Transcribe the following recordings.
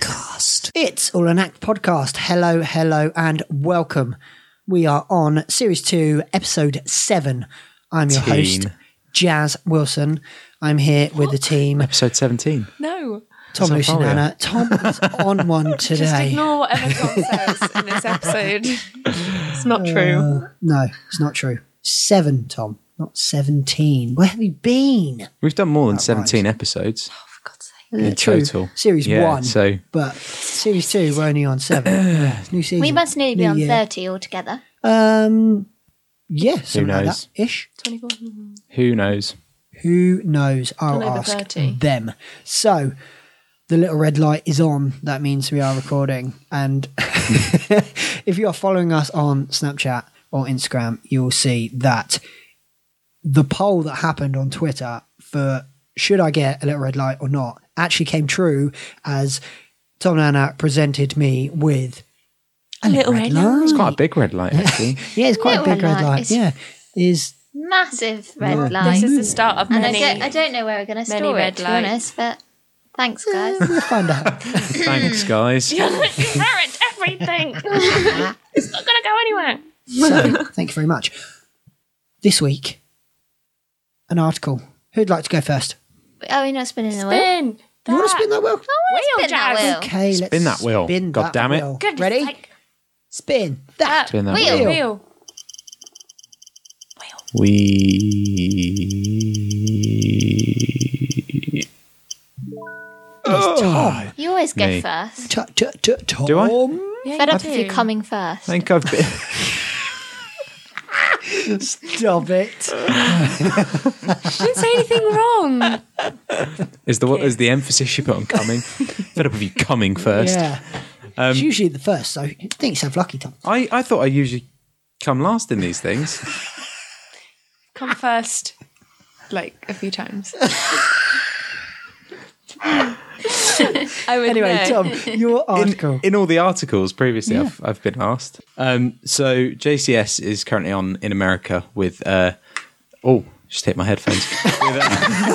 podcast. It's All an Act podcast. Hello, hello, and welcome. We are on series two, episode seven. I'm your Team. host, Jazz Wilson. I'm here with the team, Episode 17. No. Tom, on Lucy, and fire. Anna. Tom is on one Just today. ignore whatever Tom says in this episode. It's not true. No, it's not true. Seven, Tom, not 17. Where have you been? We've done more than 17 episodes For God's sake. in True. total. Uh, Series yeah, one. So But series two, we're only on seven. New season. We must nearly be new on year. 30 altogether. Um, yeah, something like knows? that ish. 24. who knows? Who knows? I'll Done over ask 30. them. So the little red light is on. That means we are recording. And if you are following us on Snapchat or Instagram, you'll see that the poll that happened on Twitter for should I get a little red light or not actually came true as Tom Nana presented me with a, little, red, light. It's quite a big red light, actually. Yeah, it's quite a Little big red red light. light. It's- Yeah. Is Massive red Yeah. light. This is the start of and I many. don't, I don't know where we're going to many store red it, to be lights. honest, but thanks, guys. we'll find out. Thanks, guys. you ruined everything. it's not going to go anywhere. So, thank you very much. This week, an article. Who'd like to go first? Are we not spinning the wheel? Oh, Spin. You want to spin that wheel? wheel, Spin that Jazz. wheel. Okay, let's Spin that wheel. Spin God that damn it. wheel. Goodness Ready? sake. Spin Uh, that. Spin that Wheel. wheel. Wheel. We. It's Tom. You always go Me. first. T- t- t- Tom. Do I? Yeah, Fed you up if do. you're coming first. I think I've been. Stop it. I didn't say anything wrong. Is the what is the emphasis you put on coming? Fed up with you coming first. Yeah. Um, it's usually the first, so you think yourself lucky, Tom. I, I thought I usually come last in these things. Come first. Like a few times. I would Anyway, know. Tom, your article. in all the articles previously I've, I've been asked. Um, so JCS is currently on in America with uh, oh, just hit my headphones with,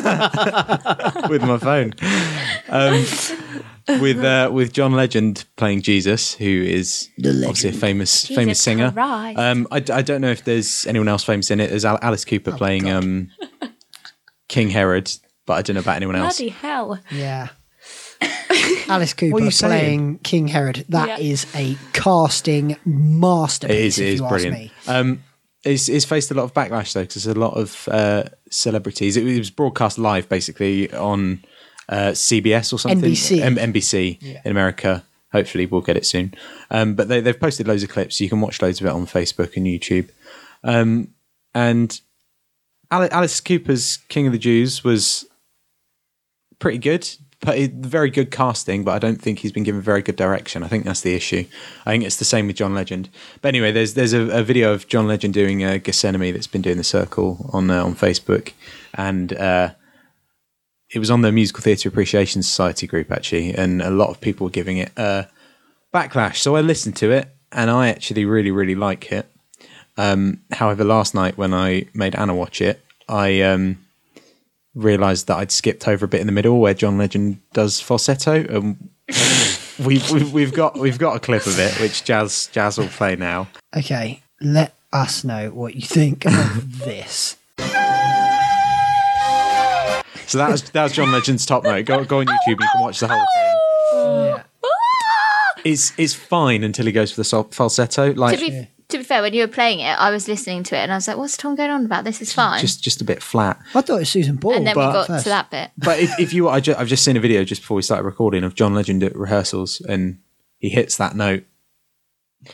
uh, with my phone um, with uh, with John Legend playing Jesus, who is obviously a famous famous singer. Christ. Um, I, d- I don't know if there's anyone else famous in it. There's Al- Alice Cooper Oh, playing um, King Herod, but I don't know about anyone else. Bloody hell. yeah. Alice Cooper What are you saying? playing King Herod. That Yeah. is a casting masterpiece. It is, if it is you brilliant. ask me. Um, it's, it's faced a lot of backlash though, because there's a lot of uh, celebrities. It was broadcast live basically on uh, CBS or something, NBC. M- NBC in America. Hopefully, we'll get it soon. Um, but they, they've posted loads of clips. You can watch loads of it on Facebook and YouTube. Um, and Ale- Alice Cooper's King of the Jews was pretty good, but it, very good casting. But I don't think he's been given very good direction. I think that's the issue. I think it's the same with John Legend. But anyway, there's there's a, a video of John Legend doing uh, Gethsemane that's been doing the circle on uh, on Facebook, and uh, it was on the Musical Theatre Appreciation Society group actually, and a lot of people were giving it uh, backlash. So I listened to it, and I actually really really like it. Um, however, last night when I made Anna watch it, I um, realised that I'd skipped over a bit in the middle where John Legend does falsetto, and we've, we've we've got we've got a clip of it which Jazz Jazz will play now. Okay, let us know what you think of this. So that was that was John Legend's top note. Go go on YouTube, you can watch the whole thing. It's it's fine until he goes for the sol- falsetto, to, like be, to be fair, when you were playing it, I was listening to it and I was like, what's Tom going on about? This is fine. just just a bit flat. I thought it was Susan Ball. and then we but- got first. to that bit. But if, if you, I ju- I've just seen a video just before we started recording of John Legend at rehearsals, and he hits that note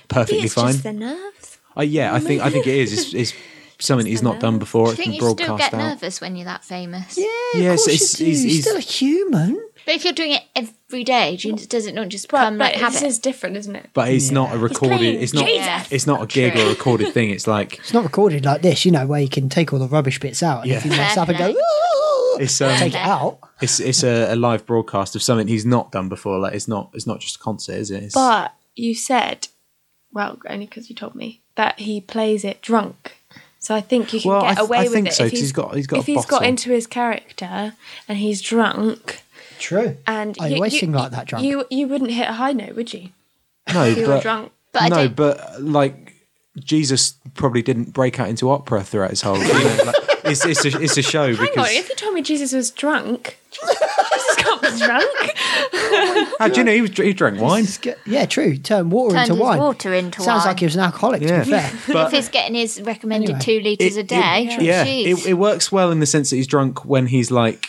perfectly fine. the nerves. Uh, yeah, I think I think it is. It's, it's something he's not done before. I It's think been you still broadcast get out. nervous when you're that famous. Yeah, Yes, of course it's- you do. he's- He's he's- still a human. But if you're doing it every day, do you, does it not just But, become like but habit? this is different, isn't it? But it's not a recorded. playing It's not. Jesus. It's not a gig True. or a recorded thing. It's like It's not recorded like this, you know, where you can take all the rubbish bits out and if you Yeah. mess up and go, Definitely. "Ooh," it's um, take it out. it's it's a, a live broadcast of something he's not done before. Like it's not it's not just a concert, is it? It's, But you said, well, only because you told me that he plays it drunk. So I think you can Well, I get th- away I with think it so, if 'cause he's got- he's got a if he's got bottle. into his character and he's drunk. True. And I Oh, always sing like that drunk. You you wouldn't hit a high note, would you? No, If you were but drunk. But I no, don't- but like Jesus probably didn't break out into opera throughout his whole. You know, like, it's it's a, it's a show Hang on, because if you told me Jesus was drunk, Jesus can't be drunk. How do you know he was he drank wine? It's get- Yeah, true. Turn water Turned into his wine. water into Sounds wine. like he was an alcoholic, Yeah, to be fair. if he's getting his recommended Anyway. two litres a day, It, yeah, jeez. it, it works well in the sense that he's drunk when he's like,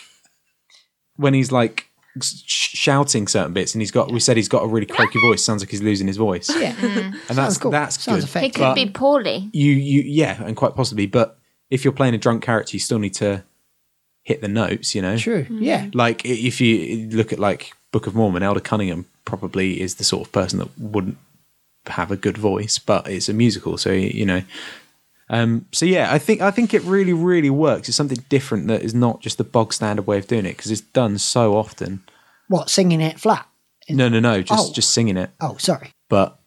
when he's like sh- shouting certain bits, and he's got. We said he's got a really croaky voice. Sounds like he's losing his voice, and Yeah. that's cool. that's Sounds good. He effective. could But- be poorly. You you yeah, and quite possibly. But if you're playing a drunk character, you still need to hit the notes. You know, True. Yeah. like i- if you look at like Book of Mormon, Elder Cunningham probably is the sort of person that wouldn't have a good voice, but it's a musical, so you know. Um, so yeah, I think I think it really really works. It's something different that is not just the bog standard way of doing it because it's done so often. What, singing it flat? No, no, no, just Oh. just singing it, Oh, sorry. but.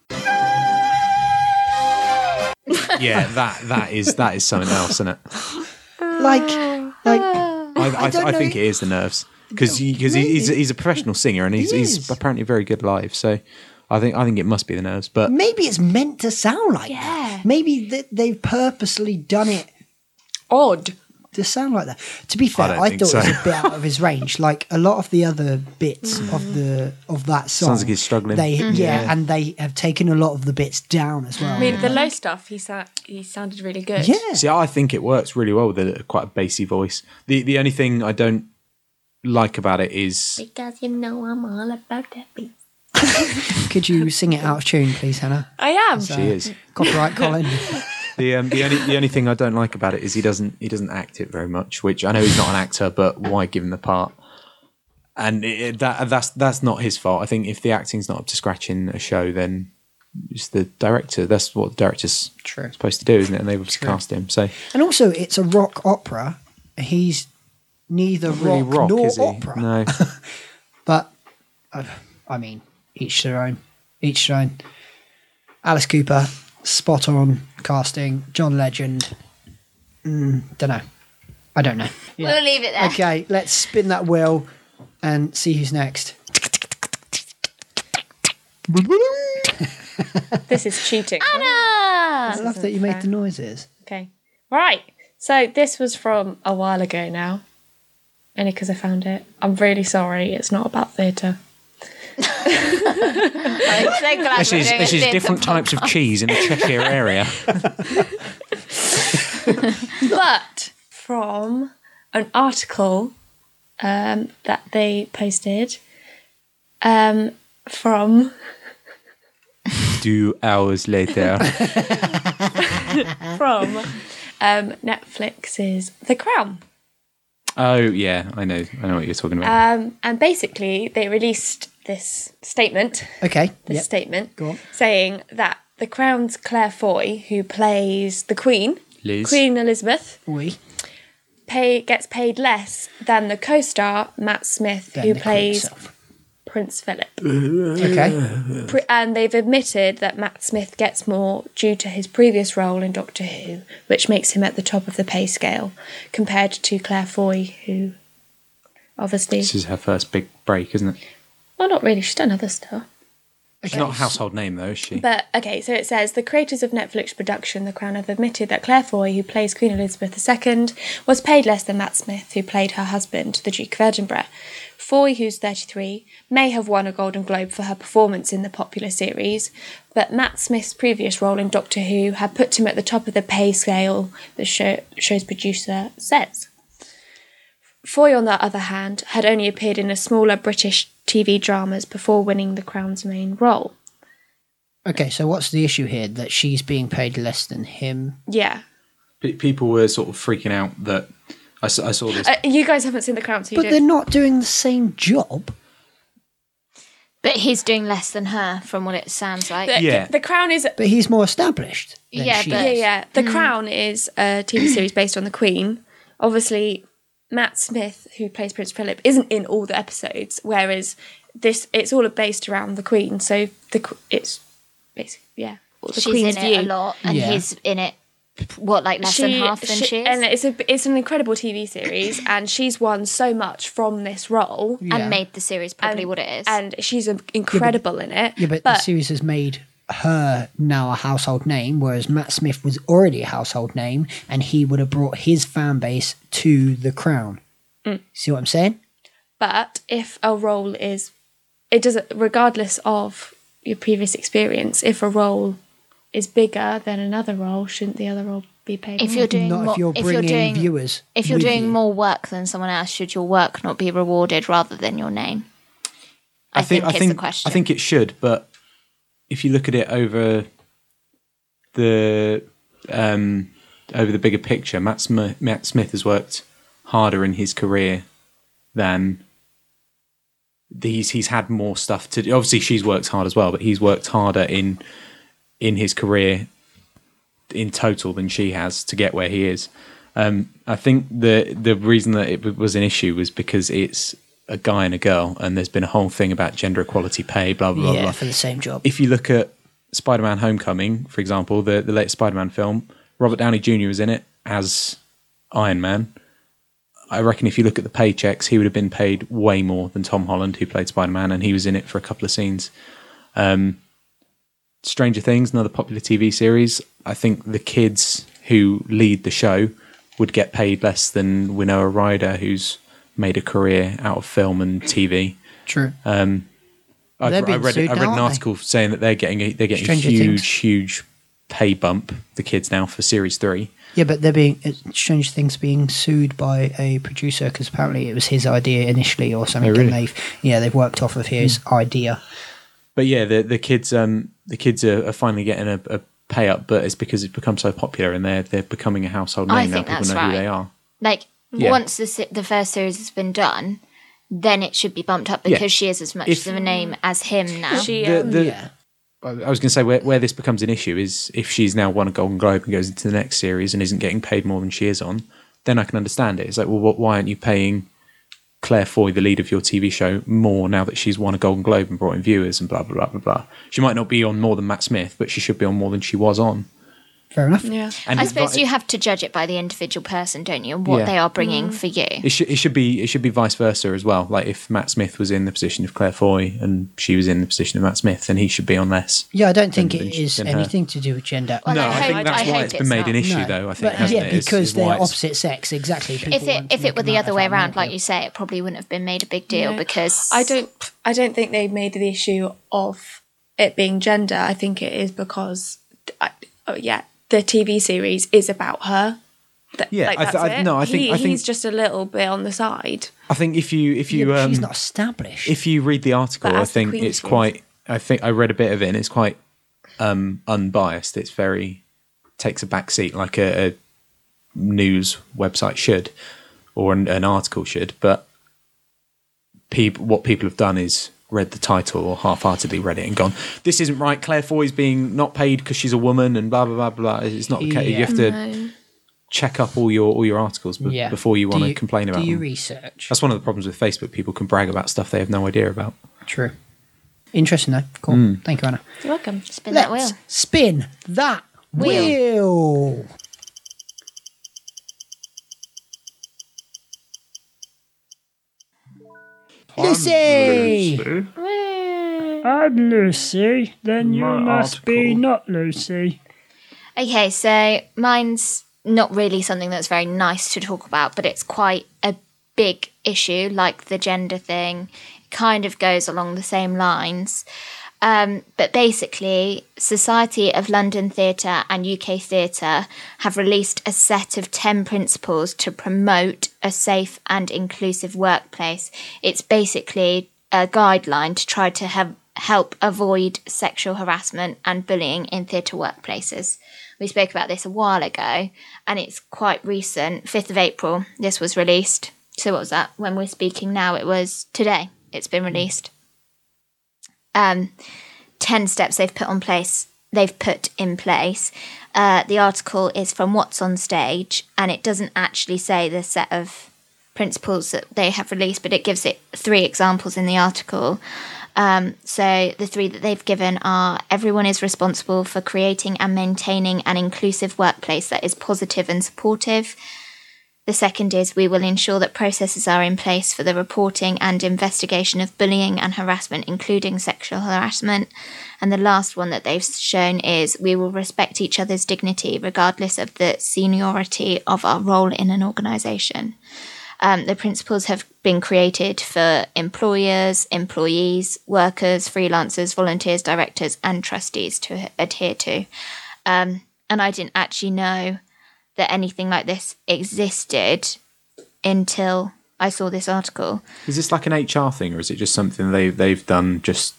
yeah, that that is that is something else, isn't it? Like, like, I, I, don't I, know. think it is the nerves because because he's he's a professional singer and he's, He he's is. apparently very good live. So I think I think it must be the nerves. But maybe it's meant to sound like Yeah. that. Maybe th- they've purposely done it Odd. to sound like that. To be fair, don't I, think thought it so. was a bit out of his range. Like a lot of the other bits of the of that song, like he's struggling. They, yeah, Yeah. and they have taken a lot of the bits down as well. I mean, the Mm. low stuff, he, sa- he sounded really good. yeah, see, I think it works really well with a, quite a bassy voice. The the only thing I don't like about it is Because you know I'm all about that beat. could you sing it out of tune, please, Hannah? I am. she is Copyright, Colin. the um, the only the only thing I don't like about it is he doesn't he doesn't act it very much. Which I know he's not an actor, but why give him the part? And it, it- that that's that's not his fault. I think if the acting's not up to scratch in a show, then it's the director. That's what the director's True. supposed to do, isn't it? And they've obviously cast him. So and also, it's a rock opera. He's neither really rock, rock, nor is he? opera, No, but uh, I mean, each their own. Each their own. Alice Cooper, spot on casting. John Legend. Mm, don't know. I don't know. Yeah. We'll leave it there. Okay, let's spin that wheel and see who's next. This is cheating. I Ah, love that you made the noises. Okay. Right. So this was from a while ago now. Only because I found it. I'm really sorry. It's not about theatre. I'm so glad this we're is doing this a is theatre different types of cheese in the Cheshire area. but from an article um, that they posted um, from Two hours later, from um, Netflix's The Crown. oh yeah, I know, I know what you're talking about. Um, and basically, they released this statement Okay. this yep. statement Go on. saying that the crown's Claire Foy, who plays the Queen, Liz. Queen Elizabeth, We. pay gets paid less than the co-star Matt Smith, then who the Queen plays herself. Prince Philip. Okay. Pr- and they've admitted that Matt Smith gets more due to his previous role in Doctor Who, which makes him at the top of the pay scale compared to Claire Foy, who obviously, This is her first big break, isn't it? well, not really. She's done other stuff. She's not a household name though, is she? But okay, so it says the creators of Netflix production The Crown have admitted that Claire Foy, who plays Queen Elizabeth II, was paid less than Matt Smith, who played her husband, the Duke of Edinburgh. Foy, who's 33, may have won a Golden Globe for her performance in the popular series, but Matt Smith's previous role in Doctor Who had put him at the top of the pay scale, the show, show's producer says. Foy, on the other hand, had only appeared in a smaller British TV dramas before winning the Crown's main role. Okay, so what's the issue here? That she's being paid less than him? Yeah, Pe- people were sort of freaking out that I, s- I saw this. Uh, you guys haven't seen The Crown, so you But they're don't. not doing the same job. But he's doing less than her, from what it sounds like. The, Yeah. the Crown is. But he's more established. Than Yeah, she but- is. Yeah, yeah. The Mm. Crown is a TV series based on the Queen. Obviously, Matt Smith, who plays Prince Philip, isn't in all the episodes, whereas this it's all based around the Queen. So the qu- it's basically yeah. The She's in it a lot, and Yeah. he's in it what like less than half than she, is, and and, it's a, it's an incredible TV series, and she's won so much from this role. Yeah. made the series probably what it is. and she's um, incredible in it. Yeah, but, the series has made her now a household name, whereas Matt Smith was already a household name, and he would have brought his fan base to the crown. Mm. See what I'm saying? but if a role is, it doesn't regardless of your previous experience. If a role is bigger than another role, shouldn't the other role be paid? if more? you're doing Not more, if you're bringing doing viewers. if you're with doing you. more work than someone else, should your work not be rewarded rather than your name? I, think, I is think the question. I think it should, but if you look at it over the um, over the bigger picture, Matt Smith, Matt Smith has worked harder in his career than he's he's had more stuff to do. Obviously, she's worked hard as well, but he's worked harder in in his career in total than she has to get where he is. Um, I think the the reason that it w- was an issue was because it's a guy and a girl, and there's been a whole thing about gender equality pay, blah blah blah. yeah, blah. for the same job. If you look at Spider-Man: Homecoming, for example, the the latest Spider-Man film, Robert Downey Jr. was in it as Iron Man. I reckon if you look at the paychecks, he would have been paid way more than Tom Holland, who played Spider Man, and he was in it for a couple of scenes. Um, Stranger Things, another popular TV series. I think the kids who lead the show would get paid less than Winona Ryder, who's made a career out of film and TV. True. I, They're I being read, sued I read now, aren't an they? article saying that they're getting a, they're getting Stranger a huge, Things. huge pay bump. The kids now for series three. yeah, but they're being it's Stranger Things being sued by a producer because apparently it was his idea initially or something. Oh, really? Hmm. And they've yeah they've worked off of his idea. but yeah, the the kids um the kids are, are finally getting a, a pay up, but it's because it's become so popular and they're they're becoming a household I name now. think People that's know who they right. are. like Yeah. once the se- the first series has been done, then it should be bumped up Yeah. because she is as much If- of a name as him now. she, The- um, the- yeah. I I was going to say where, where this becomes an issue is if she's now won a Golden Globe and goes into the next series and isn't getting paid more than she is on, then I can understand it. It's like, well, what, why aren't you paying Claire Foy, the lead of your TV show, more now that she's won a Golden Globe and brought in viewers and blah blah blah blah blah? She might not be on more than Matt Smith, but she should be on more than she was on. Fair enough. yeah. And I it's suppose vi- you have to judge it by the individual person, don't you? And what Yeah. they are bringing Mm. for you. It should it should be it should be vice versa as well. Like if Matt Smith was in the position of Claire Foy and she was in the position of Matt Smith, then he should be on less. Yeah, I don't think Than- it than- is than her. anything to do with gender. Well, No, I I, hope- think that's I why hope it's been it's made an not. issue, No. though. I think But, hasn't yeah, it? Is- because is why they're it's- opposite sex. Exactly. People If it want to if make it were them the out other as way animal around, like people. you say, it probably wouldn't have been made a big deal No. because I don't. I don't think they made the issue of it being gender. I think it is because, I, oh yeah, the TV series is about her. That- Yeah, like I th- that's I- it. no, I think- He- I think- he's just a little bit on the side. I think if you if Yeah, you but um, she's not established. if you read the article, But I as the think Queen it's she is. quite. I think I read a bit of it, and it's quite um, unbiased. It's very takes a back seat like a, a news website should, or an, an article should. But people, what people have done is read the title or half-heartedly read it and gone, "This isn't right." Claire Foy's being not paid because she's a woman, and blah blah blah blah. It's not the case. You Yeah. have to check up all your all your articles be- Yeah. before you Do want to complain about Do you them. research? That's one of the problems with Facebook. People can brag about stuff they have no idea about. True. Interesting though. Cool. Hmm. Thank you, Anna. You're welcome. spin that wheel. Let's spin that wheel. Lucy. I'm Lucy, then you must be not Lucy. Okay, so mine's not really something that's very nice to talk about, but it's quite a big issue, like the gender thing. It kind of goes along the same lines. Um, but basically, Society of London Theatre and UK Theatre have released a set of 10 principles to promote a safe and inclusive workplace. It's basically a guideline to try to have, help avoid sexual harassment and bullying in theatre workplaces. We spoke about this a while ago, and it's quite recent. 5th of April, this was released. So, what was that? When we're speaking now, it was today, it's been released um, 10 steps they've put on place they've put in place uh, the article is from what's on stage and it doesn't actually say the set of principles that they have released but it gives it three examples in the article Um, so the three that they've given are everyone is responsible for creating and maintaining an inclusive workplace that is positive and supportive. The second is we will ensure that processes are in place for the reporting and investigation of bullying and harassment, including sexual harassment. And the last one that they've shown is we will respect each other's dignity regardless of the seniority of our role in an organisation. Um, the principles have been created for employers, employees, workers, freelancers, volunteers, directors, and trustees to adhere to. Um, and I didn't actually know that anything like this existed until I saw this article. Is this like an HR thing, or is it just something they they've done just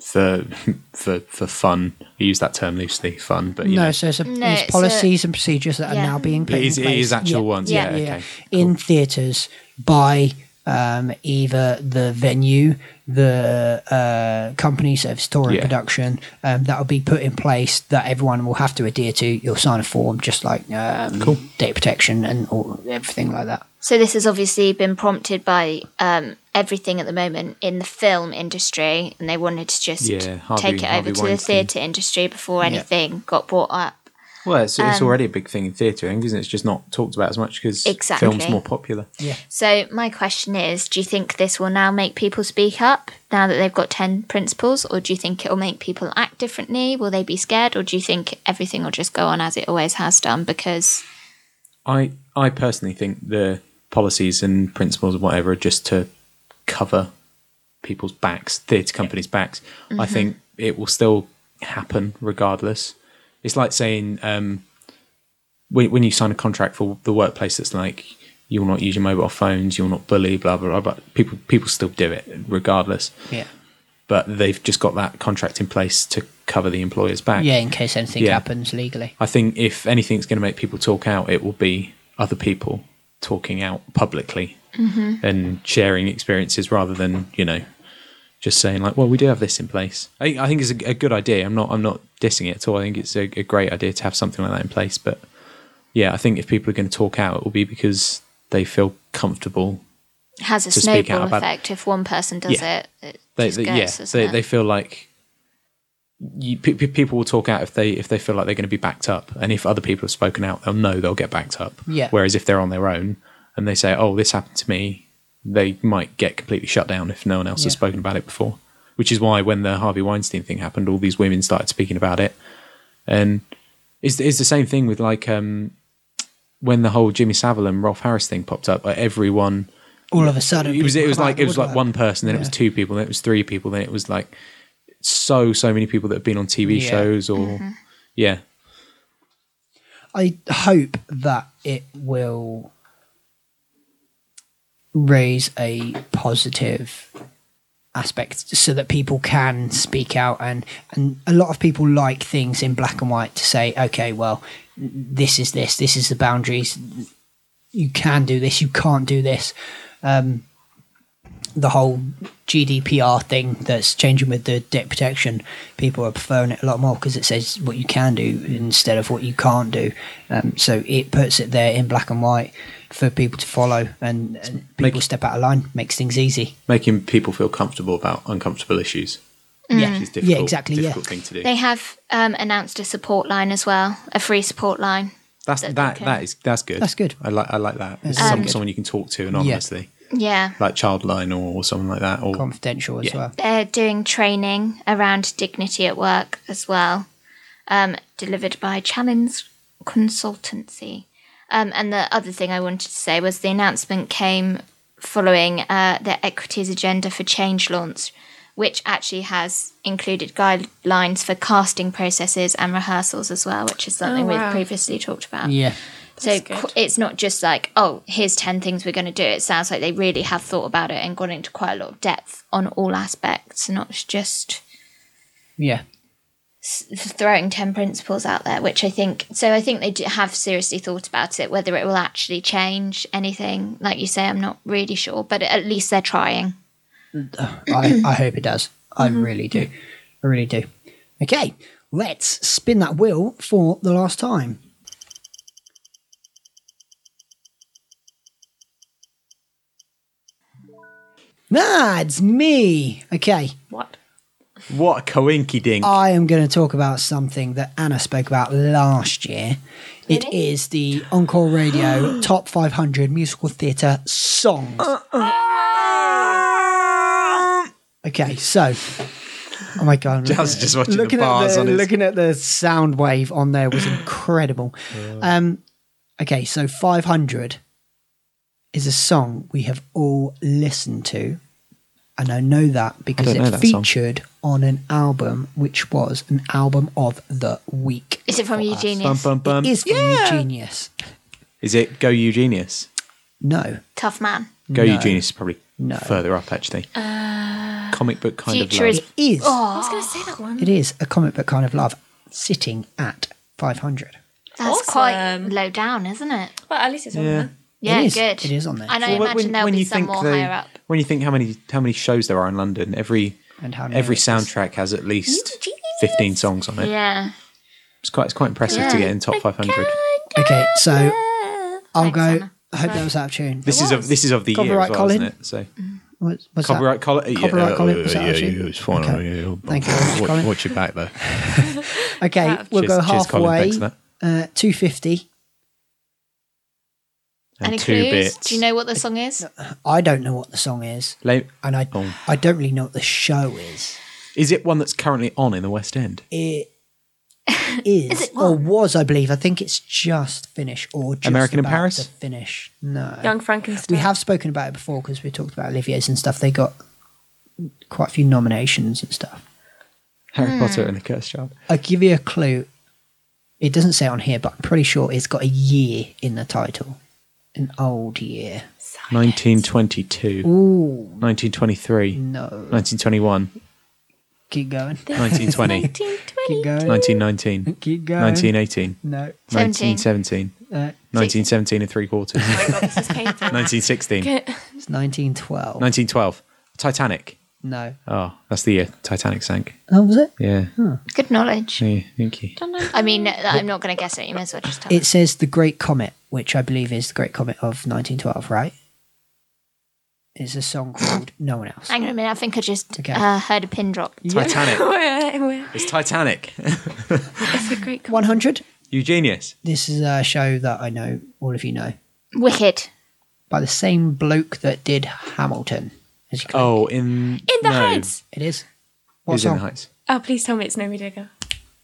for for for fun? I use that term loosely, fun, but you no, know, so it's, a, No, it's it's policies and procedures that yeah. are now being put it is, in it place. is actual Yeah. ones. Yeah. Yeah, yeah, okay. in theatres by um, either the venue, the uh, company, so if it's touring Yeah. production, um, that will be put in place that everyone will have to adhere to. You'll sign a form, just like um, data protection and all, everything like that. So this has obviously been prompted by um, everything at the moment in the film industry, and they wanted to just Yeah, Harvey- take it Harvey over to the Weinstein. theatre industry before anything got brought up. Well, it's, it's Um, already a big thing in theatre, I think, isn't it? It's just not talked about as much because Exactly. film's more popular. So my question is, do you think this will now make people speak up now that they've got 10 principles or do you think it will make people act differently? Will they be scared or do you think everything will just go on as it always has done because I I personally think the policies and principles and whatever are just to cover people's backs, theatre companies' backs. I think it will still happen regardless. It's like saying um, when, when you sign a contract for the workplace, that's like you will not use your mobile phones, you will not bully, blah blah blah. But people people still do it regardless. Yeah. But they've just got that contract in place to cover the employer's back. Yeah, in case anything Yeah. happens legally. I think if anything's going to make people talk out, it will be other people talking out publicly and sharing experiences rather than you know just saying like, "Well, we do have this in place." I, I think it's a, a good idea. I'm not I'm not dissing it at all. I think it's a, a great idea to have something like that in place. But yeah, I think if people are going to talk out, it will be because they feel comfortable. it has a To speak snowball out about- effect if one person does Yeah. it? it They, just they- goes, yeah, doesn't they, it? they feel like. You, pe- pe- people will talk out if they if they feel like they're going to be backed up, and if other people have spoken out, they'll know they'll get backed up. Yeah. Whereas if they're on their own and they say, "Oh, this happened to me," they might get completely shut down if no one else has Yeah. spoken about it before. Which is why when the Harvey Weinstein thing happened, all these women started speaking about it, and it's it's the same thing with like um, when the whole Jimmy Savile and Rolf Harris thing popped up. like, Everyone All of a sudden, it was it was like it was like woodwork. one person, then it was two people, then it was three people, then it was like so so many people that have been on TV Yeah. shows or Mm-hmm. yeah. I hope that it will raise a positive aspect so that people can speak out and and a lot of people like things in black and white to say okay well this is this this is the boundaries you can do this you can't do this the whole GDPR thing that's changing with the debt protection, people are preferring it a lot more because it says what you can do instead of what you can't do. Um, so it puts it there in black and white for people to follow, and, and people make- step out of line, makes things easy. Making people feel comfortable about uncomfortable issues. Yeah, Mm. Which is difficult, yeah, exactly. Yeah, difficult thing to do. They have um, announced a support line as well, a free support line. That's that, That's okay. that is that's good. That's good. I like I like that. It's That's some, good. someone you can talk to anonymously, Yeah. like Childline or, or someone like that. Or confidential as Yeah. well. They're doing training around dignity at work as well, um, delivered by Challenge Consultancy. Um, and the other thing I wanted to say was the announcement came following uh, the Equities Agenda for Change launch, which actually has included guidelines for casting processes and rehearsals as well, which is something Oh, wow. we've previously talked about. Yeah, So good. qu- it's not just like, oh, here's 10 things we're going to do. It sounds like they really have thought about it and gone into quite a lot of depth on all aspects, not just yeah, s- throwing 10 principles out there, which I think, so I think they do have seriously thought about it, whether it will actually change anything. Like you say, I'm not really sure, but at least they're trying. I, I hope it does. I really do. I really do. Okay, let's spin that wheel for the last time. Nah, it's me. Okay, What? What a coinky dink. I am going to talk about something that Anna spoke about last year. It is the Encore Radio Top 500 Musical Theatre Songs. Okay, so. Oh my god! I'm Jazz looking is at- just watching the looking bars at the, on his- looking at the sound wave on there was incredible. Um, okay, so 500 is a song we have all listened to, and I know that because don't it know that song. featured on an album, which was an album of the week. Is it from Bum, Eugenius? bum, bum. Is from Eugenius? Is it Go Eugenius? No, Tough man. Go No. Eugenius is probably No. further up actually. Comic book kind Uh, Future of is. love. it is. I was going to say that one. It is a comic book kind of love, sitting at 500. That's Awesome. quite low down, isn't it? Well, at least it's on Yeah. there. Yeah, is. good. It is on there. And I Well, imagine there'll be some more they- higher up. when you think how many how many shows there are in London, every And how every many- soundtrack has at least fifteen songs on it. Yeah. It's quite it's quite impressive to get in top five hundred. Okay, so I'll Thanks, go. Anna. I hope that was out of tune. This is of this is of the year as Copyright well, Colin. isn't it? So What's, what's that? copyright Colin. Copyright yeah, Colin, uh, was that yeah, actually? yeah, it's fine. Okay. yeah, yeah. Thank you very much, Watch, Colin. watch your back there. Okay, we'll Cheers- go cheers, Colin. halfway. Thanks for that. Uh, 250. Any And two clues? bits. Do you know what the song is? I don't know what the song is, Lame- and I Oh. I don't really know what the show is. Is it one that's currently on in the West End? It is, or was, I believe. I think it's just finished or just American in about Paris? to finish. No, Young Frankenstein. we have spoken about it before because we talked about Olivier's and stuff. They got quite a few nominations and stuff. Hmm. Harry Potter and the Cursed Child. I'll give you a clue. It doesn't say on here, but I'm pretty sure it's got a year in the title. An old year. 1922, Ooh, 1923, no. 1921, Keep going. 1920, Keep going. 1919, Keep going. 1918, No. 1917, Uh, 1917 and three quarters, Oh my God, this is painful. 1916, it's 1912. 1912. Titanic. No. Oh, that's the year Titanic sank. Oh, was it? Yeah. Good knowledge. yeah thank you. I mean, I'm not going to guess it. You may as well just tell me. It says the Great Comet, which I believe is the Great Comet of 1912, right? It's a song called No One Else. Hang on a minute. I think I just Okay. uh, heard a pin drop. Titanic. We're- we're- It's Titanic. it's a great call. 100. Eugenius. This is a show that I know all of you know Wicked. by the same bloke that did Hamilton. As you oh. Oh, in In the no. Heights. It is. What Who's in song? the Heights? Oh, please tell me it's Naomi Digger.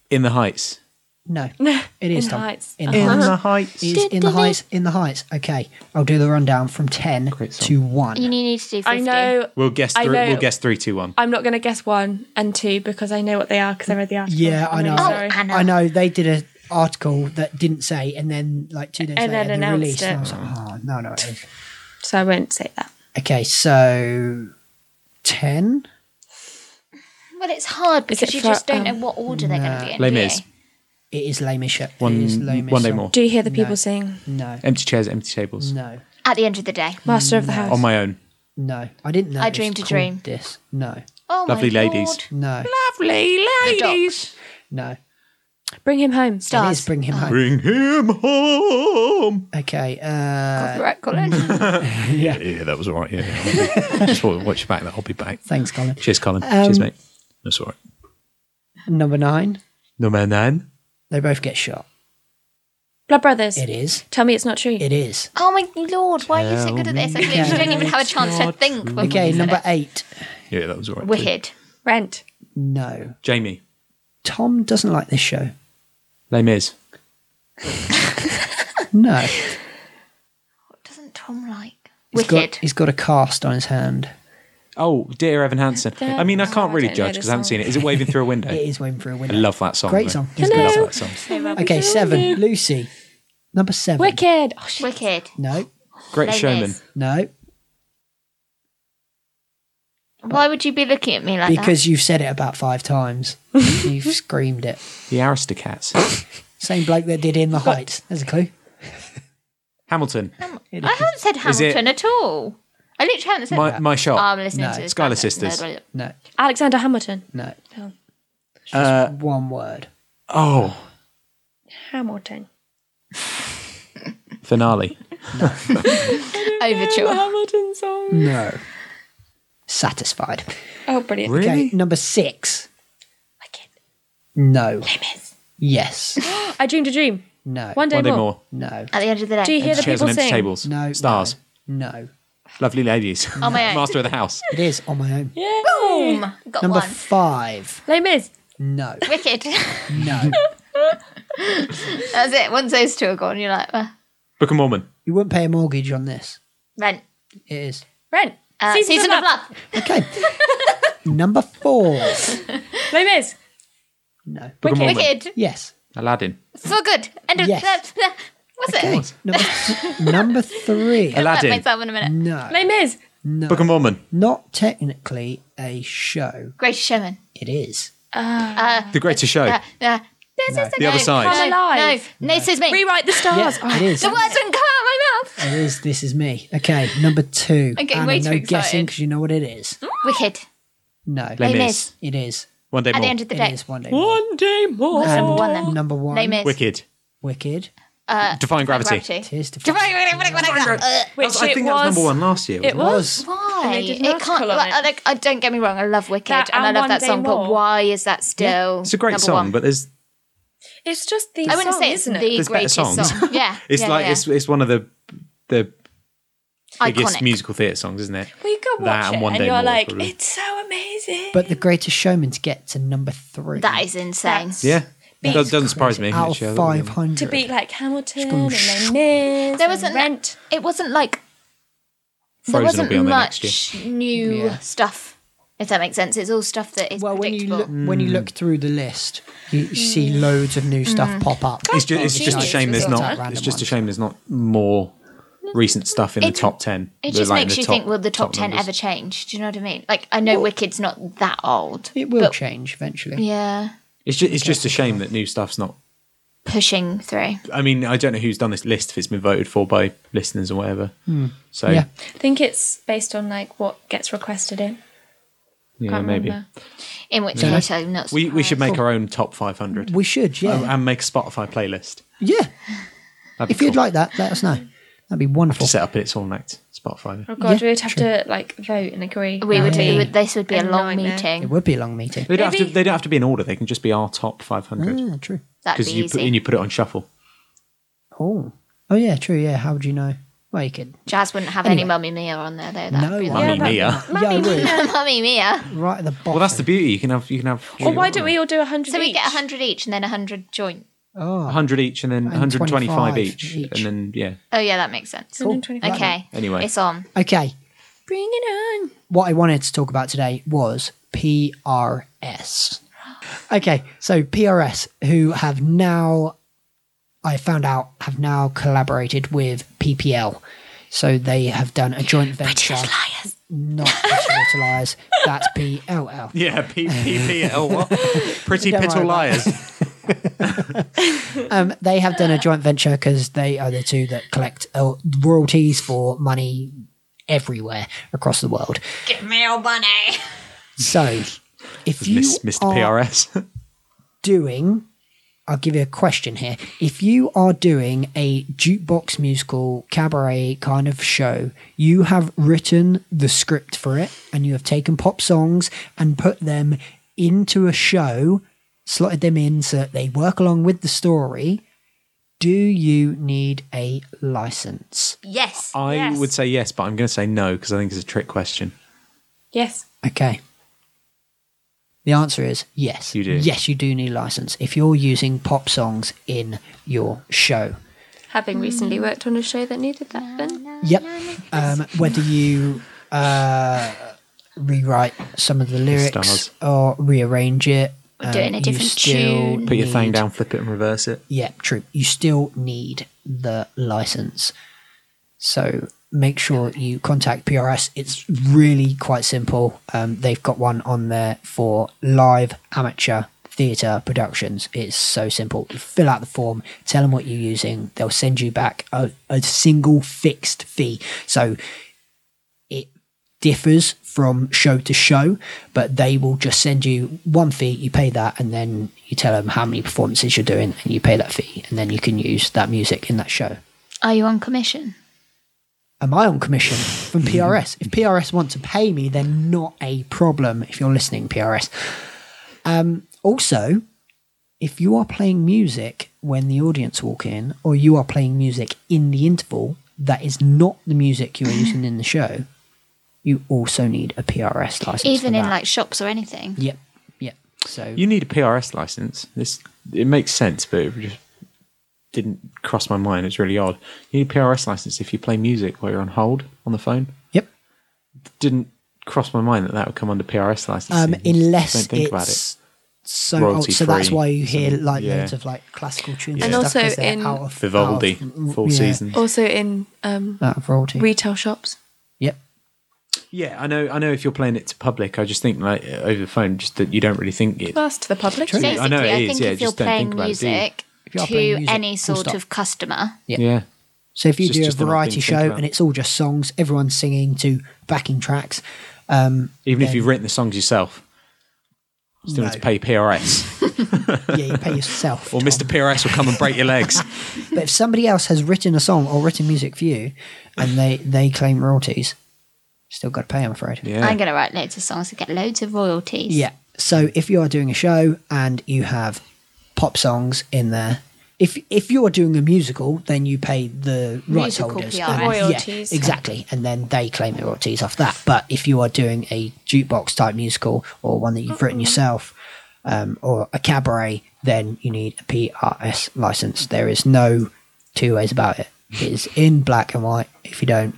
In the Heights. No. No. It is In the Tom. Heights. Uh-huh. In the Heights. Heights. It is in the heights. In the heights. Okay, I'll do the rundown from ten Great song. to one. You need to do 50. I know. We'll guess. I Three, know- we'll guess three, two, one. I'm not going to guess one and two because I know what they are because I read the article. Yeah, I I'm know. really sorry. Oh, Anna. I know they did an article that didn't say, and then like two days And later then they announced released. it. And I was like, oh no, no. It is. So I won't say that. Okay, so ten. Well, it's hard Is it because you for, just um, don't know what order they're going to be in. Les do you? Mis. It is lame as shit. One- it is lame as one day song. more. Do you hear the people No. sing No, Empty chairs, empty tables. no, At the end of the day. Master of the Oh, House? On my own. no. I didn't know. I it was dreamed a called dream. This. No, Oh, my Lovely ladies. Lord. no, Lovely The dock. no. Bring him home. Stop. It Stars. is bring him home. Bring him home. Okay. Uh, Right, Colin. Yeah, that was all right. Yeah. yeah. Just wa- watch your back. That I'll be back. thanks, Colin. Cheers, Colin. Um, Cheers, mate. That's all right. Number nine. Number nine. They both get shot. Blood Brothers. It is. Tell me it's not true. It is. Oh my lord, why are you so good at this? I literally don't even have a chance to think. when Okay, we said number it. eight. Yeah, that was all right. too. Wicked. Rent. No. Jamie. Tom doesn't like this show. Les Mis. No. What doesn't Tom like? He's Wicked. got, he's got a cast on his hand. Oh, dear Evan Hansen. I mean, I can't I really don't know judge the because I haven't song. seen it. Is it waving through a window? It is waiting for a I winner. love that song. Great though. song. I It's good. love that song. Okay, seven. Lucy. Number seven. Wicked. Oh, shit. Wicked. No. Great Les Showman. Mis. No. Why would you be looking at me like Because you've said it about five times. you've screamed it. The Aristocats. Same bloke that did In the Heights. There's a clue. Hamilton. that? I haven't said Is it- Hamilton at all. I literally haven't said My, that. my shop. Oh, I'm listening No. to this. Skylar band. Sisters. No. Alexander Hamilton. No. Oh, Uh, One word. oh, Hamilton. finale. Overture. Hamilton song. No. satisfied. Oh, brilliant. Really? Okay, number six. Wicked. No. Miss. Yes. I dreamed a dream. No. One day, One day more. more. No. At the end of the day, Do you hear the Chairs people and empty sing? tables. No. Stars. No. no. Lovely ladies. On my own. Master of the house. It is on my own. Yeah. boom, got Number one. five. Les Mis. No. Wicked. No. That's it. Once those two are gone, you're like uh, Book of Mormon. you wouldn't pay a mortgage on this. rent. It is. Rent. Uh, Season, of Love. Love. Okay. number four. Les Mis. No. Book of Mormon. Wicked. Yes. Aladdin. For good. End of Yes. the, What's it? Okay. Number, th- number three. That Aladdin. makes that one a minute. No. Les Mis. No. Book of Mormon. Not technically a show. Greatest Showman. It is. The Greatest Show. Uh, uh, this No. is The Other Side. No, Come Alive. No, no, this is me. Rewrite the stars. Yes, it is. The words wouldn't come out of my mouth. It is. This is me. Okay. Number two. I'm getting Anna, way too no guessing excited. because you know what it is. Wicked. No. Les Les Mis. Mis. It is. One day At more. the end of the It day. is one day. more. One day more. What's number one And then? Number one. Les Mis. Wicked. Wicked. Uh, Define gravity. It is. to- Define gravity. Which I it think was, that was number one last year. It wasn't was. Why? And they did an It can't. article on Like, it. I, like, I don't get me wrong. I love Wicked That and I and love One that Day song, but More. why is that still? It's a great number song, one? but there's It's just the I wouldn't song, say it's isn't the it? there's better greatest songs. song. Yeah, it's yeah, like yeah. it's it's one of the the biggest Iconic. musical theatre songs, isn't it? We go That and watch it, One and Day you're More, like, probably. it's so amazing. But the greatest showman to get to number three. That is insane. Yeah. That Beats doesn't surprise me. out of actually. I thought five the- hundred. to beat like Hamilton gone and Les Mis. There wasn't Rent. It wasn't like Frozen there will wasn't be on there much next year. new Yeah. stuff. If that makes sense, it's all stuff that is well, when you predictable. Hmm. look when Hmm. you look through the list, you see loads of new stuff pop up. It's just, it's just a Genius shame was there's on not. that. It's just a shame there's not more recent stuff in the It- top ten. it The- just like, makes the you top- think, will the top, ten numbers. ever change? Do you know what I mean? Like, I know Wicked's not that old. It will but- change eventually. Yeah, It's just, it's just a shame that new stuff's not. pushing through. I mean, I don't know who's done this list if it's been voted for by listeners or whatever. So Hmm. Yeah. yeah, I think it's based on like what gets requested in. Can't maybe remember. In which Yeah. case, I'm not. we we should surprised. make our own top five hundred We should, yeah, and make a Spotify playlist. yeah. That'd be If you'd cool. like that, let us know. That'd be wonderful. to set up its all night Spotify. Oh god, Yeah, we'd have to like vote and agree. We would, Yeah. we would. This would be a A long nightmare. It meeting. would be a long meeting. They don't, have to, Maybe- they don't have to be in order. They can just be our top 500 Yeah, true. That'd because be you put easy. and you put it on shuffle. Oh, oh yeah, true. Yeah, how would you know? Well, you could. Jazz wouldn't have any Anyway. Mummy Mia on there though. That'd No be one. Mummy that- Mia. Yeah, I would. the- Mummy Mia. Right at the bottom. Well, that's the beauty. You can have you can have. Or why don't we all do a hundred? So we get each? hundred each and then hundred joint. Oh, 100 each and then 125 each, each. and then yeah. Oh yeah, that makes sense. cool. 125. Okay. Anyway. it's on. Okay. Bring it on. what I wanted to talk about today was PRS. Okay, so PRS, who have now, I found out, have now collaborated with PPL. So they have done a joint venture. Liars. Not Pretty Little Liars. That's PLL. Yeah, P P P L what? Pretty Don't worry Pittle about Liars. Um, they have done a joint venture because they are the two that collect uh, royalties for money everywhere across the world. Give me your money. So if you Miss, Mr. are PRS. doing I'll give you a question here. If you are doing a jukebox musical cabaret kind of show, you have written the script for it and you have taken pop songs and put them into a show, slotted them in so that they work along with the story. Do you need a license? Yes. I Yes. would say yes, but I'm going to say no because I think it's a trick question. Yes. Okay. The answer is yes. You do. Yes, you do need a license if you're using pop songs in your show. Having recently Mm. worked on a show that needed that then. Yep. Um, whether you uh, rewrite some of the lyrics stars. or rearrange it, um, Or do it in a you different still tune. Put your thing need- down, flip it, and reverse it. Yeah, true. You still need the license. So make sure you contact PRS. It's really quite simple. Um, they've got one on there for live amateur theatre productions. It's so simple. You fill out the form, tell them what you're using, they'll send you back a, a single fixed fee. So it differs from show to show, but they will just send you one fee, you pay that, and then you tell them how many performances you're doing, and you pay that fee, and then you can use that music in that show. Are you on commission? am I on commission from Mm-hmm. PRS? if PRS want to pay me, they're not a problem if you're listening, PRS. Um, also, if you are playing music when the audience walk in, or you are playing music in the interval that is not the music you are using in the show, you also need a PRS license. Even for in that. like shops or anything. Yep, yep. So You need a PRS license. This it makes sense, but it just didn't cross my mind. It's really odd. You need a PRS license if you play music while you're on hold on the phone. yep. Didn't cross my mind that that would come under PRS licensing. Um, unless don't think it's about it. so old, so that's Royalty-free why you hear something, like yeah. loads of like classical tunes And stuff also 'cause they're in- out of, Vivaldi, out of- full Oh, yeah, season. Also in um, out of royalty. retail shops. yep. Yeah, I know. I know. If you're playing it to public, I just think like uh, over the phone, just that you don't really think it. That's to the public. True. Basically, I I, know it is, think yeah, if you're just don't think playing about it, do you? music If you are to playing music, any full sort stop. of customer, Yeah. Yeah. So if you It's do just a an odd thing variety to show think about. and it's all just songs, everyone's singing to backing tracks. Um, Even if then- you've written the songs yourself, still need No. to pay PRS, yeah, you pay yourself. or Tom. Mr. PRS will come and break your legs. But if somebody else has written a song or written music for you, and they they claim royalties, still got to pay. I'm afraid. Yeah. I'm going to write loads of songs and get loads of royalties. Yeah. So if you are doing a show and you have pop songs in there, if if you are doing a musical, then you pay the rights Musical holders PR. and- Royalties. Yeah, exactly, and then they claim the royalties off that. But if you are doing a jukebox type musical or one that you've written yourself, um, or a cabaret, then you need a PRS license. There is no two ways about it. It is in black and white. If you don't,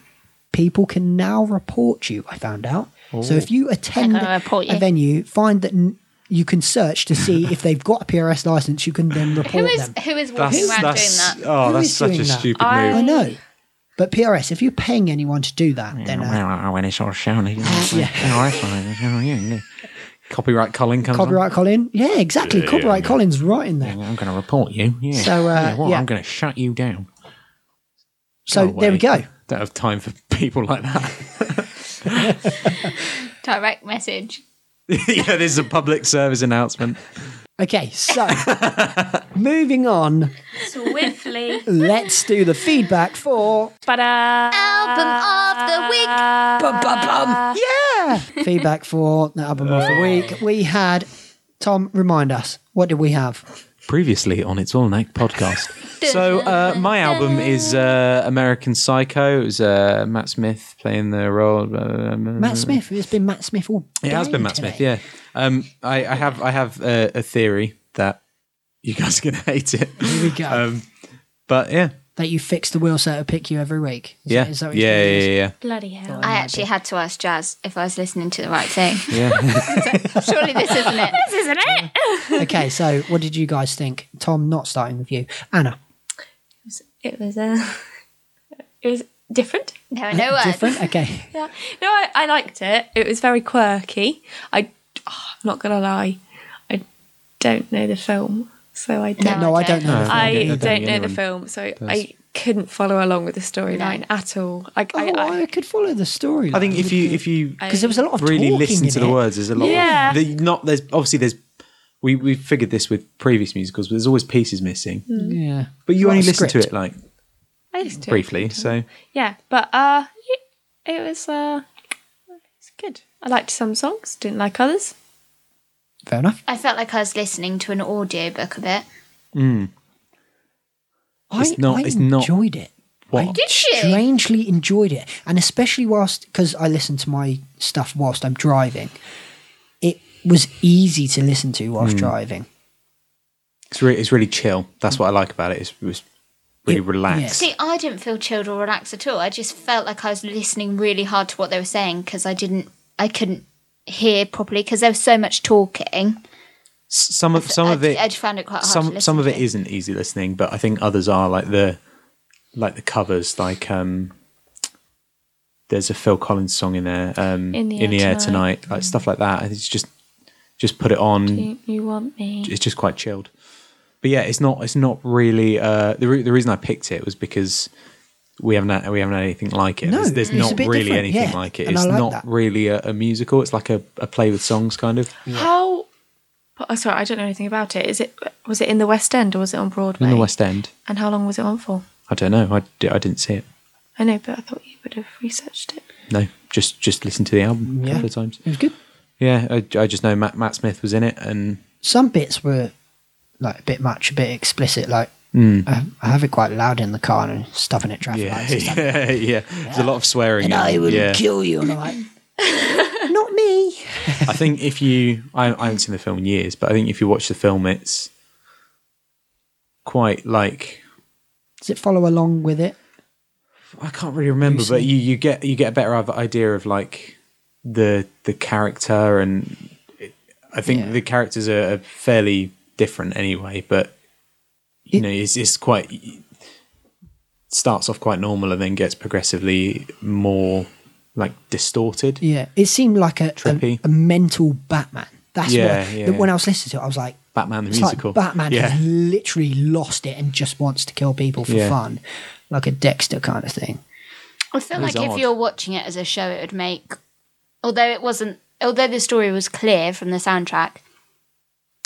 people can now report you. I found out. So if you attend gonna report you. a venue, find that n- you can search to see if they've got a PRS license. You can then report Who is them. who is walking That's, around that's doing that? oh, Who that's is such a doing that? stupid I- I move. know, but PRS. If you're paying anyone to do that, then uh, when it's oh, all shown, you know, Yeah. yeah. Copyright Colin comes. on. copyright Colin. Yeah, exactly. copyright Colin's right in there. I'm going to report you. Yeah. So, uh, You know what? yeah. I'm going to shut you down. So Go there we away. go. Oh, Don't have time for people like that. Direct message. yeah, this is a public service announcement. Okay, so moving on. Swiftly. Let's do the feedback for uh, Album of the week. Uh. yeah feedback for the album of the week. We had Tom remind us what did we have? previously on It's All Neck podcast. so uh, my album is uh, American Psycho. It was uh, Matt Smith playing the role. blah, blah, blah, blah. Matt Smith. It's been Matt Smith all. Mm. It has day been Matt today. Smith. Yeah. Um, I, I have I have uh, a theory that you guys are gonna hate it, Here we go. um, but yeah, that you fix the wheel so it'll pick you every week. Is yeah, that- is that what you're yeah, doing? yeah, yeah, Bloody hell. I actually had to ask Jazz if I was listening to the right thing. yeah. yeah. Surely this isn't it. Okay, so what did you guys think? Tom not starting with you. Anna. It was uh, it was different. There are no words. Different? Okay. Yeah. No, I, I liked it. It was very quirky. I oh, I'm not gonna lie, I don't know the film, so I don't. No, No, I don't know. I I don't, don't think know the anyone film, so I couldn't follow along with the storyline at all. I, Oh, I, I, I, could follow the story. I think if you if you because there was a lot of really talking listen in to the it. words. There's a lot. Yeah. Of, the, not there's obviously there's we we figured this with previous musicals, but there's always pieces missing. Yeah, But you Lot only of listen to Mm. script. it like I just do it. briefly, so Yeah, but uh, it, it was uh, it's good. I liked some songs, didn't like others. Fair enough. I felt like I was listening to an audiobook a bit. It's I, not- I it's not- enjoyed it. what I Did you? strangely enjoyed it, and especially whilst because I listen to my stuff whilst I'm driving. It was easy to listen to Hmm. whilst driving. It's, re- it's really chill. That's what I like about it. It's, it's really It- relaxed. See, I didn't feel chilled or relaxed at all. I just felt like I was listening really hard to what they were saying because I didn't, I couldn't hear properly because there was so much talking. S- Some of some I, of it, I just found it quite hard. to some listen some of to. it isn't easy listening, but I think others are like the like the covers. Like um, there's a Phil Collins song in there, um, in the air, tonight. like stuff like that. It's just just put it on. You, you want me? It's just quite chilled. But yeah, it's not it's not really uh, the re- the reason I picked it was because. We haven't had, we haven't had anything like it. No, there's there's it's a not bit really different, anything yeah, like it. and I It's like not that. really a, a musical. It's like a, a play with songs kind of. How? Oh, sorry, I don't know anything about it. Is it was it in the West End or was it on Broadway? In the West End. And how long was it on for? I don't know. I, di- I didn't see it. I know, but I thought you would have researched it. No, just just listen to the album a Yeah. couple of times. It was good. Yeah, I, I just know Matt Matt Smith was in it, and Some bits were like a bit much, a bit explicit. Like I, I have it quite loud in the car and stopping at traffic Hmm. yeah, lights. And, stuff. yeah, yeah. There's a lot of swearing. and in it. I will yeah. kill you. And I'm like, not me. I think if you, I, I haven't seen the film in years, but I think if you watch the film, it's quite like Does it follow along with it? I can't really remember, but Loosely. you, you get you get a better i- idea of like the the character, and it, I think Yeah. the characters are, are fairly different anyway. But you It- know, it's it's quite starts off quite normal and then gets progressively more like distorted. Yeah, it seemed like a Trippy. a, a mental Batman. That's Yeah, what, yeah. when I was listening to it, I was like, Batman the it's musical, like Batman yeah, has literally lost it and just wants to kill people for Yeah. fun, like a Dexter kind of thing. I feel It was like odd. if you're watching it as a show, it would make, although it wasn't, although the story was clear from the soundtrack,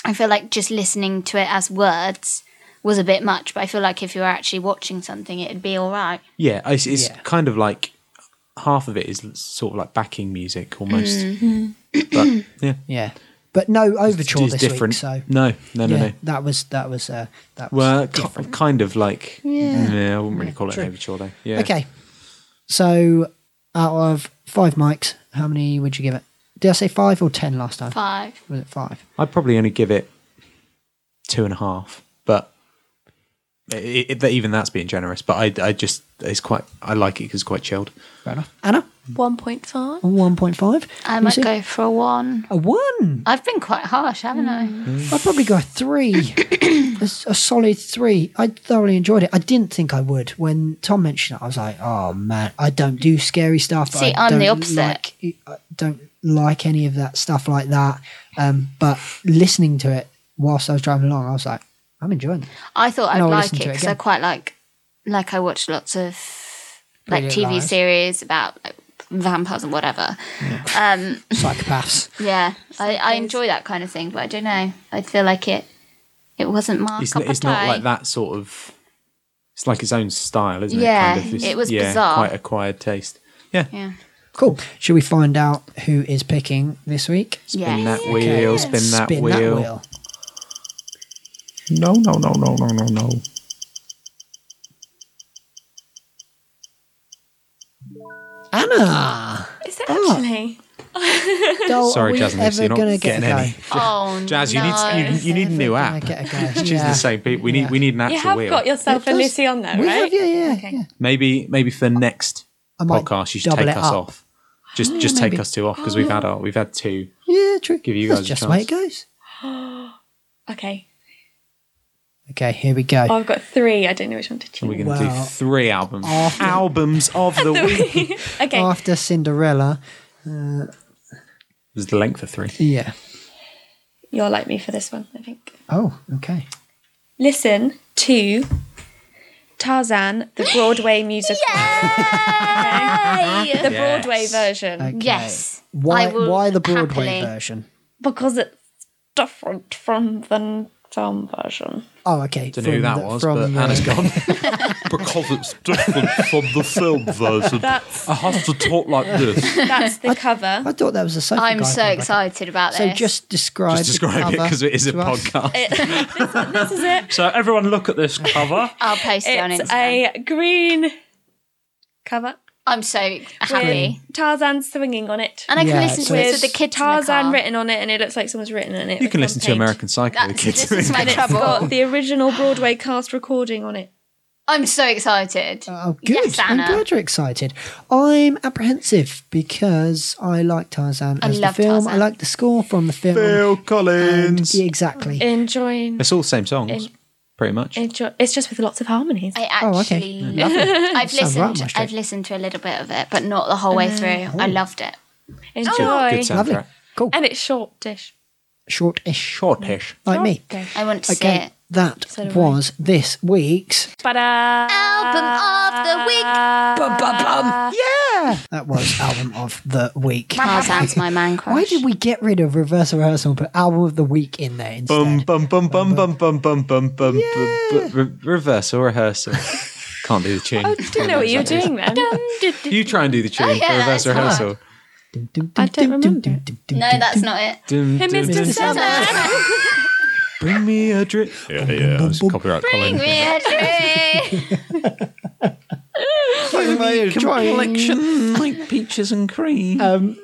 I feel like just listening to it as words was a bit much. But I feel like if you were actually watching something, it'd be all right. yeah. It's, it's Yeah. kind of like half of it is sort of like backing music almost, Mm. but yeah, Yeah, but no overture it's this different. week, so no, no, no, yeah, no. that was that was uh, that was Well, ki- different. kind of like. Yeah. I wouldn't really call it true. an overture, though. Yeah. Okay, so out of five mics, how many would you give it? Did I say five or ten last time? Five. Was it five? I'd probably only give it two and a half, but it, it, that- even that's being generous. But I, I just, it's quite, I like it because it's quite chilled. Fair enough. Anna, 1.5. one point five. I might go for a one. a one. I've been quite harsh, haven't I? I'd probably go a three, a, s- a solid three. I thoroughly enjoyed it. I didn't think I would. When Tom mentioned it, I was like, "Oh man, I don't do scary stuff. See, I I'm the don't opposite. Like, e, I don't like any of that stuff like that." Um, but listening to it whilst I was driving along, I was like, "I'm enjoying it." I thought I'd No, I'll like listen it to it because I again. quite like, like I watch lots of like Brilliant TV Liars. series about like vampires and whatever. Um, Psychopaths. Yeah, I, I enjoy that kind of thing, but I don't know. I feel like it it wasn't my It's, cup it's of not tea. like that sort of, it's like its own style, isn't Yeah, it? Kind of. It's- it was yeah, bizarre. Quite acquired taste. Yeah. Yeah. Cool. Should we find out who is picking this week? Spin Yeah. that wheel, spin that Spin wheel. that wheel. No, no, no, no, no, no, no. Anna. Is that Ah, actually? Doll, Sorry, are we Jasmine, so ever you're not gonna getting get a go? any. Oh Jazz, you no. need you, you need a new Gonna app. get a go. She's Yeah. the same people. We need we need an actual You have wheel. got yourself It and does. Lucy on there, We right? have, yeah, yeah, yeah. Maybe maybe for next I might podcast you should double take it us up. off. Just just take maybe. us two off because we've had our we've had two. Yeah, true. Give you That's guys a just the way it chance. goes. Okay. Okay, here we go. Oh, I've got three. I don't know which one to And we're choose. going to Well, do three albums. Albums of the week. Okay. After Cinderella, This is the length of three. yeah. You're like me for this one, I think. Oh, okay. Listen to Tarzan, the Broadway musical. Okay? The Yes. Broadway version. okay. Yes. Why? I will Why the Broadway happily- version? Because it's different from the film version. Oh, okay. Don't know who from that the- was, from but the- Anna's gone. because it's different from the film version. That's I Oh. have to talk like this. that's the cover. I thought that was a sofa I'm guy so comeback. excited about So this. just describe. Just describe it because it is a podcast. So everyone, look at this cover. I'll post it on It's Instagram. a green cover I'm so happy. with Tarzan swinging on it. And I can Yeah, listen so to it's- this with the kids Tarzan in the car. written on it, and it looks like someone's written on it. You with can one listen to paint. American Psycho with That's, kids. this is my Got trouble. the original Broadway cast recording on it. I'm so excited. Oh, good. Yes, I'm Anna. glad you're excited. I'm apprehensive because I like Tarzan I as love the film. I Tarzan. like the score from the film. Bill and- Collins. yeah, exactly. Enjoying, It's all the same songs, pretty much. enjoy. It's just with lots of harmonies. I Oh, okay. actually, Lovely. I've Sounds right up listened. my street. I've listened to a little bit of it, but not the whole way through. Oh. I loved it. Enjoy, Good Lovely. soundtrack. Cool. and it's short dish. Short-ish, Shortish. Oh, like me. Dish. I want to see Okay, it. that do I. was this week's. Um, Ba-da. Album of the week. Yeah, that was album of the week. Tarzan's my man crush. Why did we get rid of reverse rehearsal and put album of the week in there instead? Bum bum bum bum bum bum bum bum bum. bum, bum, bum. Re- Reverse or rehearsal. Can't do the tune. I don't know what you're doing then. You try and do the tune Oh, yeah, for reverse that's hard. rehearsal. I don't remember. No, No, that's not it. Dum, Hey, dum, Mr. dum. Sandman. Bring me a drink. Yeah, yeah. It's copyright Bring Colin. me a drink. Complexion like peaches and cream. Um,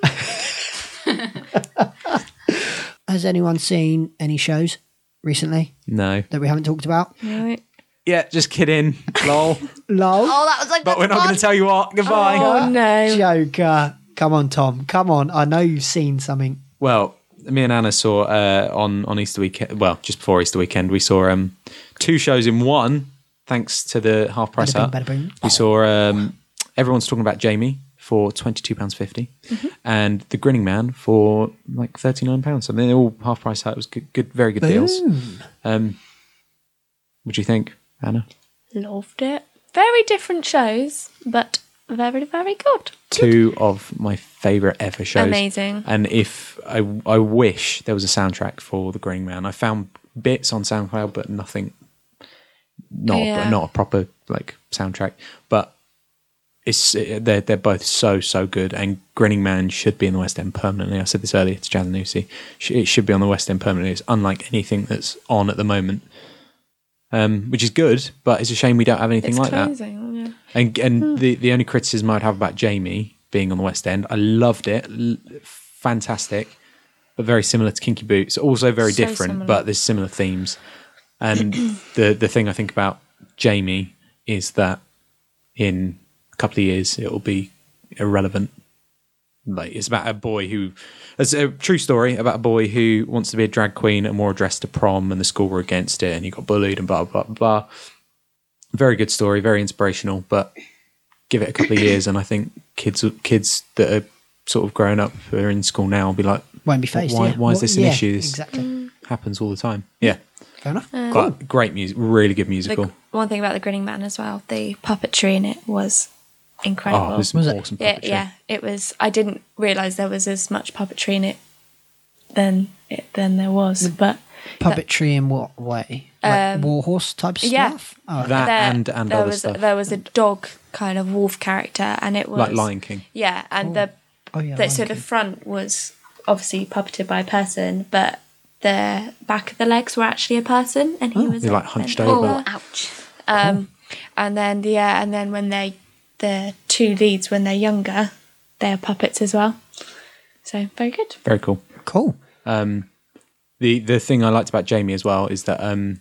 has anyone seen any shows recently no. that we haven't talked about? Right. Yeah, just kidding. Lol. Lol. Oh, that was like. but we're not going to tell you what. Goodbye. uh, Oh no. Joker. Come on, Tom. Come on. I know you've seen something. Well, me and Anna saw uh, on on Easter weekend. Well, just before Easter weekend, we saw um, two shows in one. Thanks to the half price Bada up, bing, bada bing. we saw um, everyone's talking about Jamie for twenty two pounds 50 Mm-hmm. and the Grinning Man for like thirty nine pounds. Something they're all half price out. It was good, good very good deals. Um, what do you think, Anna? Loved it. Very different shows, but very, very good. two of my favorite ever shows. Amazing. And if I, I wish there was a soundtrack for The Green Man. I found bits on SoundCloud, but nothing, not Yeah. not a proper like soundtrack. But it's it, they're they're both so so good. And Grinning Man should be in the West End permanently. I said this earlier to Jalanusi. Sh- It should be on the West End permanently. It's unlike anything that's on at the moment. Um, which is good, but it's a shame we don't have anything It's like that. closing. Yeah. And Hmm. and the the only criticism I'd have about Jamie being on the West End, I loved it, L- fantastic, but very similar to Kinky Boots, also very So different, similar. but there's similar themes. And the the thing I think about Jamie is that in a couple of years it will be irrelevant. Like it's about a boy who, it's a true story about a boy who wants to be a drag queen and wore a dress to prom, and the school were against it, and he got bullied and blah blah blah very good story, very inspirational. But give it a couple of years, and I think kids kids that are sort of growing up who are in school now will be like, Won't be faced. Why, yeah. why is Well, this an yeah, issue? This Mm. Exactly. happens all the time. Yeah, Fair enough. Um, but great music, really good The, musical. One thing about the Grinning Man as well, the puppetry in it was incredible. Oh, it was, Was it? awesome. yeah, puppetry. yeah, it was. I didn't realize there was as much puppetry in it than it than there was, Mm. but Puppetry in what way? Like warhorse type Um, yeah. stuff? Oh, okay. that there, and and there other was stuff there was a dog kind of wolf character, and it was like Lion King. Yeah, and the Oh, yeah, that, so Lion the King. front was obviously puppeted by a person, but the back of the legs were actually a person, and Oh. he was They're, a- like, hunched an over. Oh, ogre. ouch. Um, and then yeah, and then when they the two leads when they're younger, they're puppets as well. So very good. Very cool. Cool. the the thing I liked about Jamie as well is that um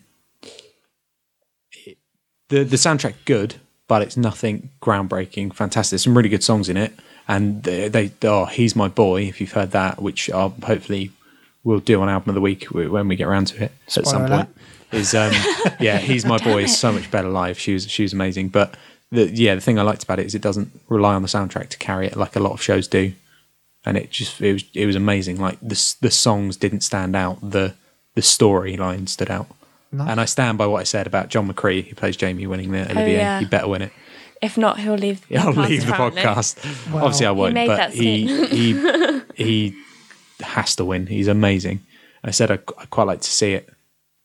the the soundtrack good, but it's nothing groundbreaking. Fantastic, some really good songs in it, and they, they oh he's my boy if you've heard that, which I'll hopefully we'll do on album of the week w- when we get around to it at some Spoiler alert. point. Is um yeah he's my boy is so much better live. She was she was amazing, but the yeah the thing I liked about it is it doesn't rely on the soundtrack to carry it like a lot of shows do and it just it was it was amazing. Like the s- the songs didn't stand out, the the storyline stood out. And I stand by what I said about John McCree, who plays Jamie, winning the Olivier. Oh, yeah. He better win it. If not, he'll leave. The Yeah, I'll podcast leave the apparently. podcast. Obviously, I won't. made But that he he he has to win. He's amazing. I said I, I quite like to see it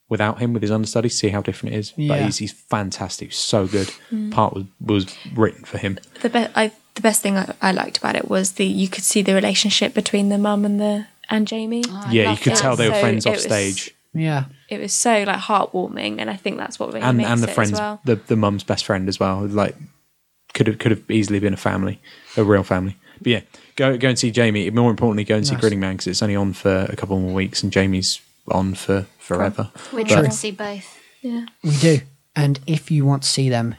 without him with his understudy, see how different it is. But Yeah. he's he's fantastic. He's so good. Hmm. Part was was written for him. The best I the best thing I, I liked about it was the you could see the relationship between the mum and the and Jamie. I yeah, you loved could it. tell they were So friends it off was- stage. Yeah. It was so like heartwarming, and I think that's what really and makes and the it friends, as well. the the mum's best friend as well. Like could have could have easily been a family, a real family. But yeah, go go and see Jamie. More importantly, go and see Nice. Grinning Man because it's only on for a couple more weeks, and Jamie's on for forever. We'd But- love to see both. Yeah. We do. And if you want to see them,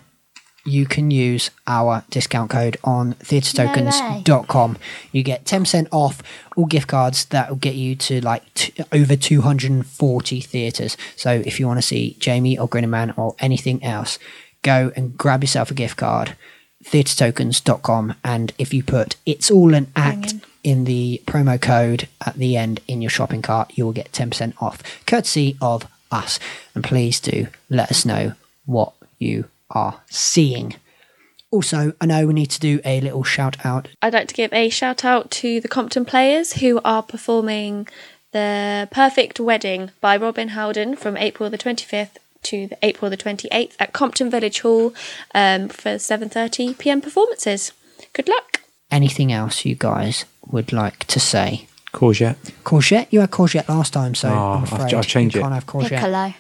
you can use our discount code on theatretokens.com. you get 10% off all gift cards that will get you to like t- over 240 theatres. So if you want to see Jamie or Grinning Man or anything else, go and grab yourself a gift card, theatretokens.com. And if you put It's All an Act in the promo code at the end in your shopping cart, you will get 10% off, courtesy of us. And please do let us know what you are seeing. Also, I know we need to do a little shout out. I'd like to give a shout out to the Compton Players who are performing The Perfect Wedding by Robin Howden from April the 25th to the April the 28th at Compton Village Hall um, for 7:30 p.m. performances. Good luck. Anything else you guys would like to say? Courgette. Courgette? You had courgette last time, so Oh, I'm I've- afraid I've changed you it. can't have courgette. Piccolo.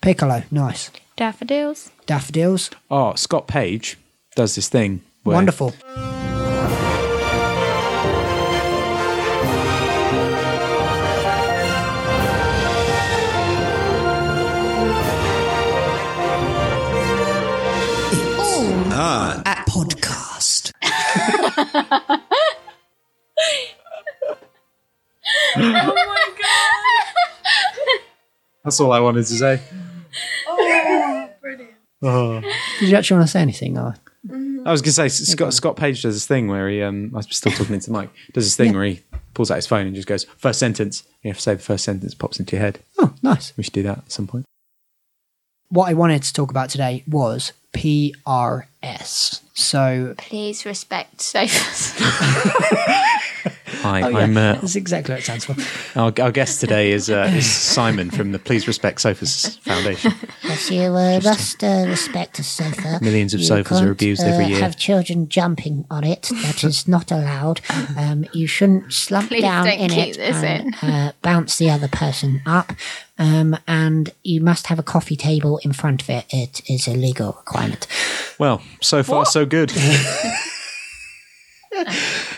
Piccolo, nice. Daffodils. Daffodils, Oh, Scott Page does this thing. Where wonderful. at podcast. That's all I wanted to say. Did you actually want to say anything? Or? I was going to say S- Scott Scott Page does this thing where he um I'm still talking into the mic. Does this thing where he pulls out his phone and just goes first sentence. You have to say the first sentence pops into your head. Oh, nice. We should do that at some point. What I wanted to talk about today was PRS. So Please respect sofas. Oh, Hi, yeah, I'm uh, that's exactly what it stands for. our, our guest today is uh, is Simon from the Please Respect Sofas Foundation. Yes, you uh, must uh, respect a sofa. Millions of You sofas are can't, abused every uh, year. Have children jumping on it. That is not allowed. Um, you shouldn't slump Please down don't in it keep this and Uh, bounce the other person up. Um, and you must have a coffee table in front of it. It is a legal requirement. Well, so far so good.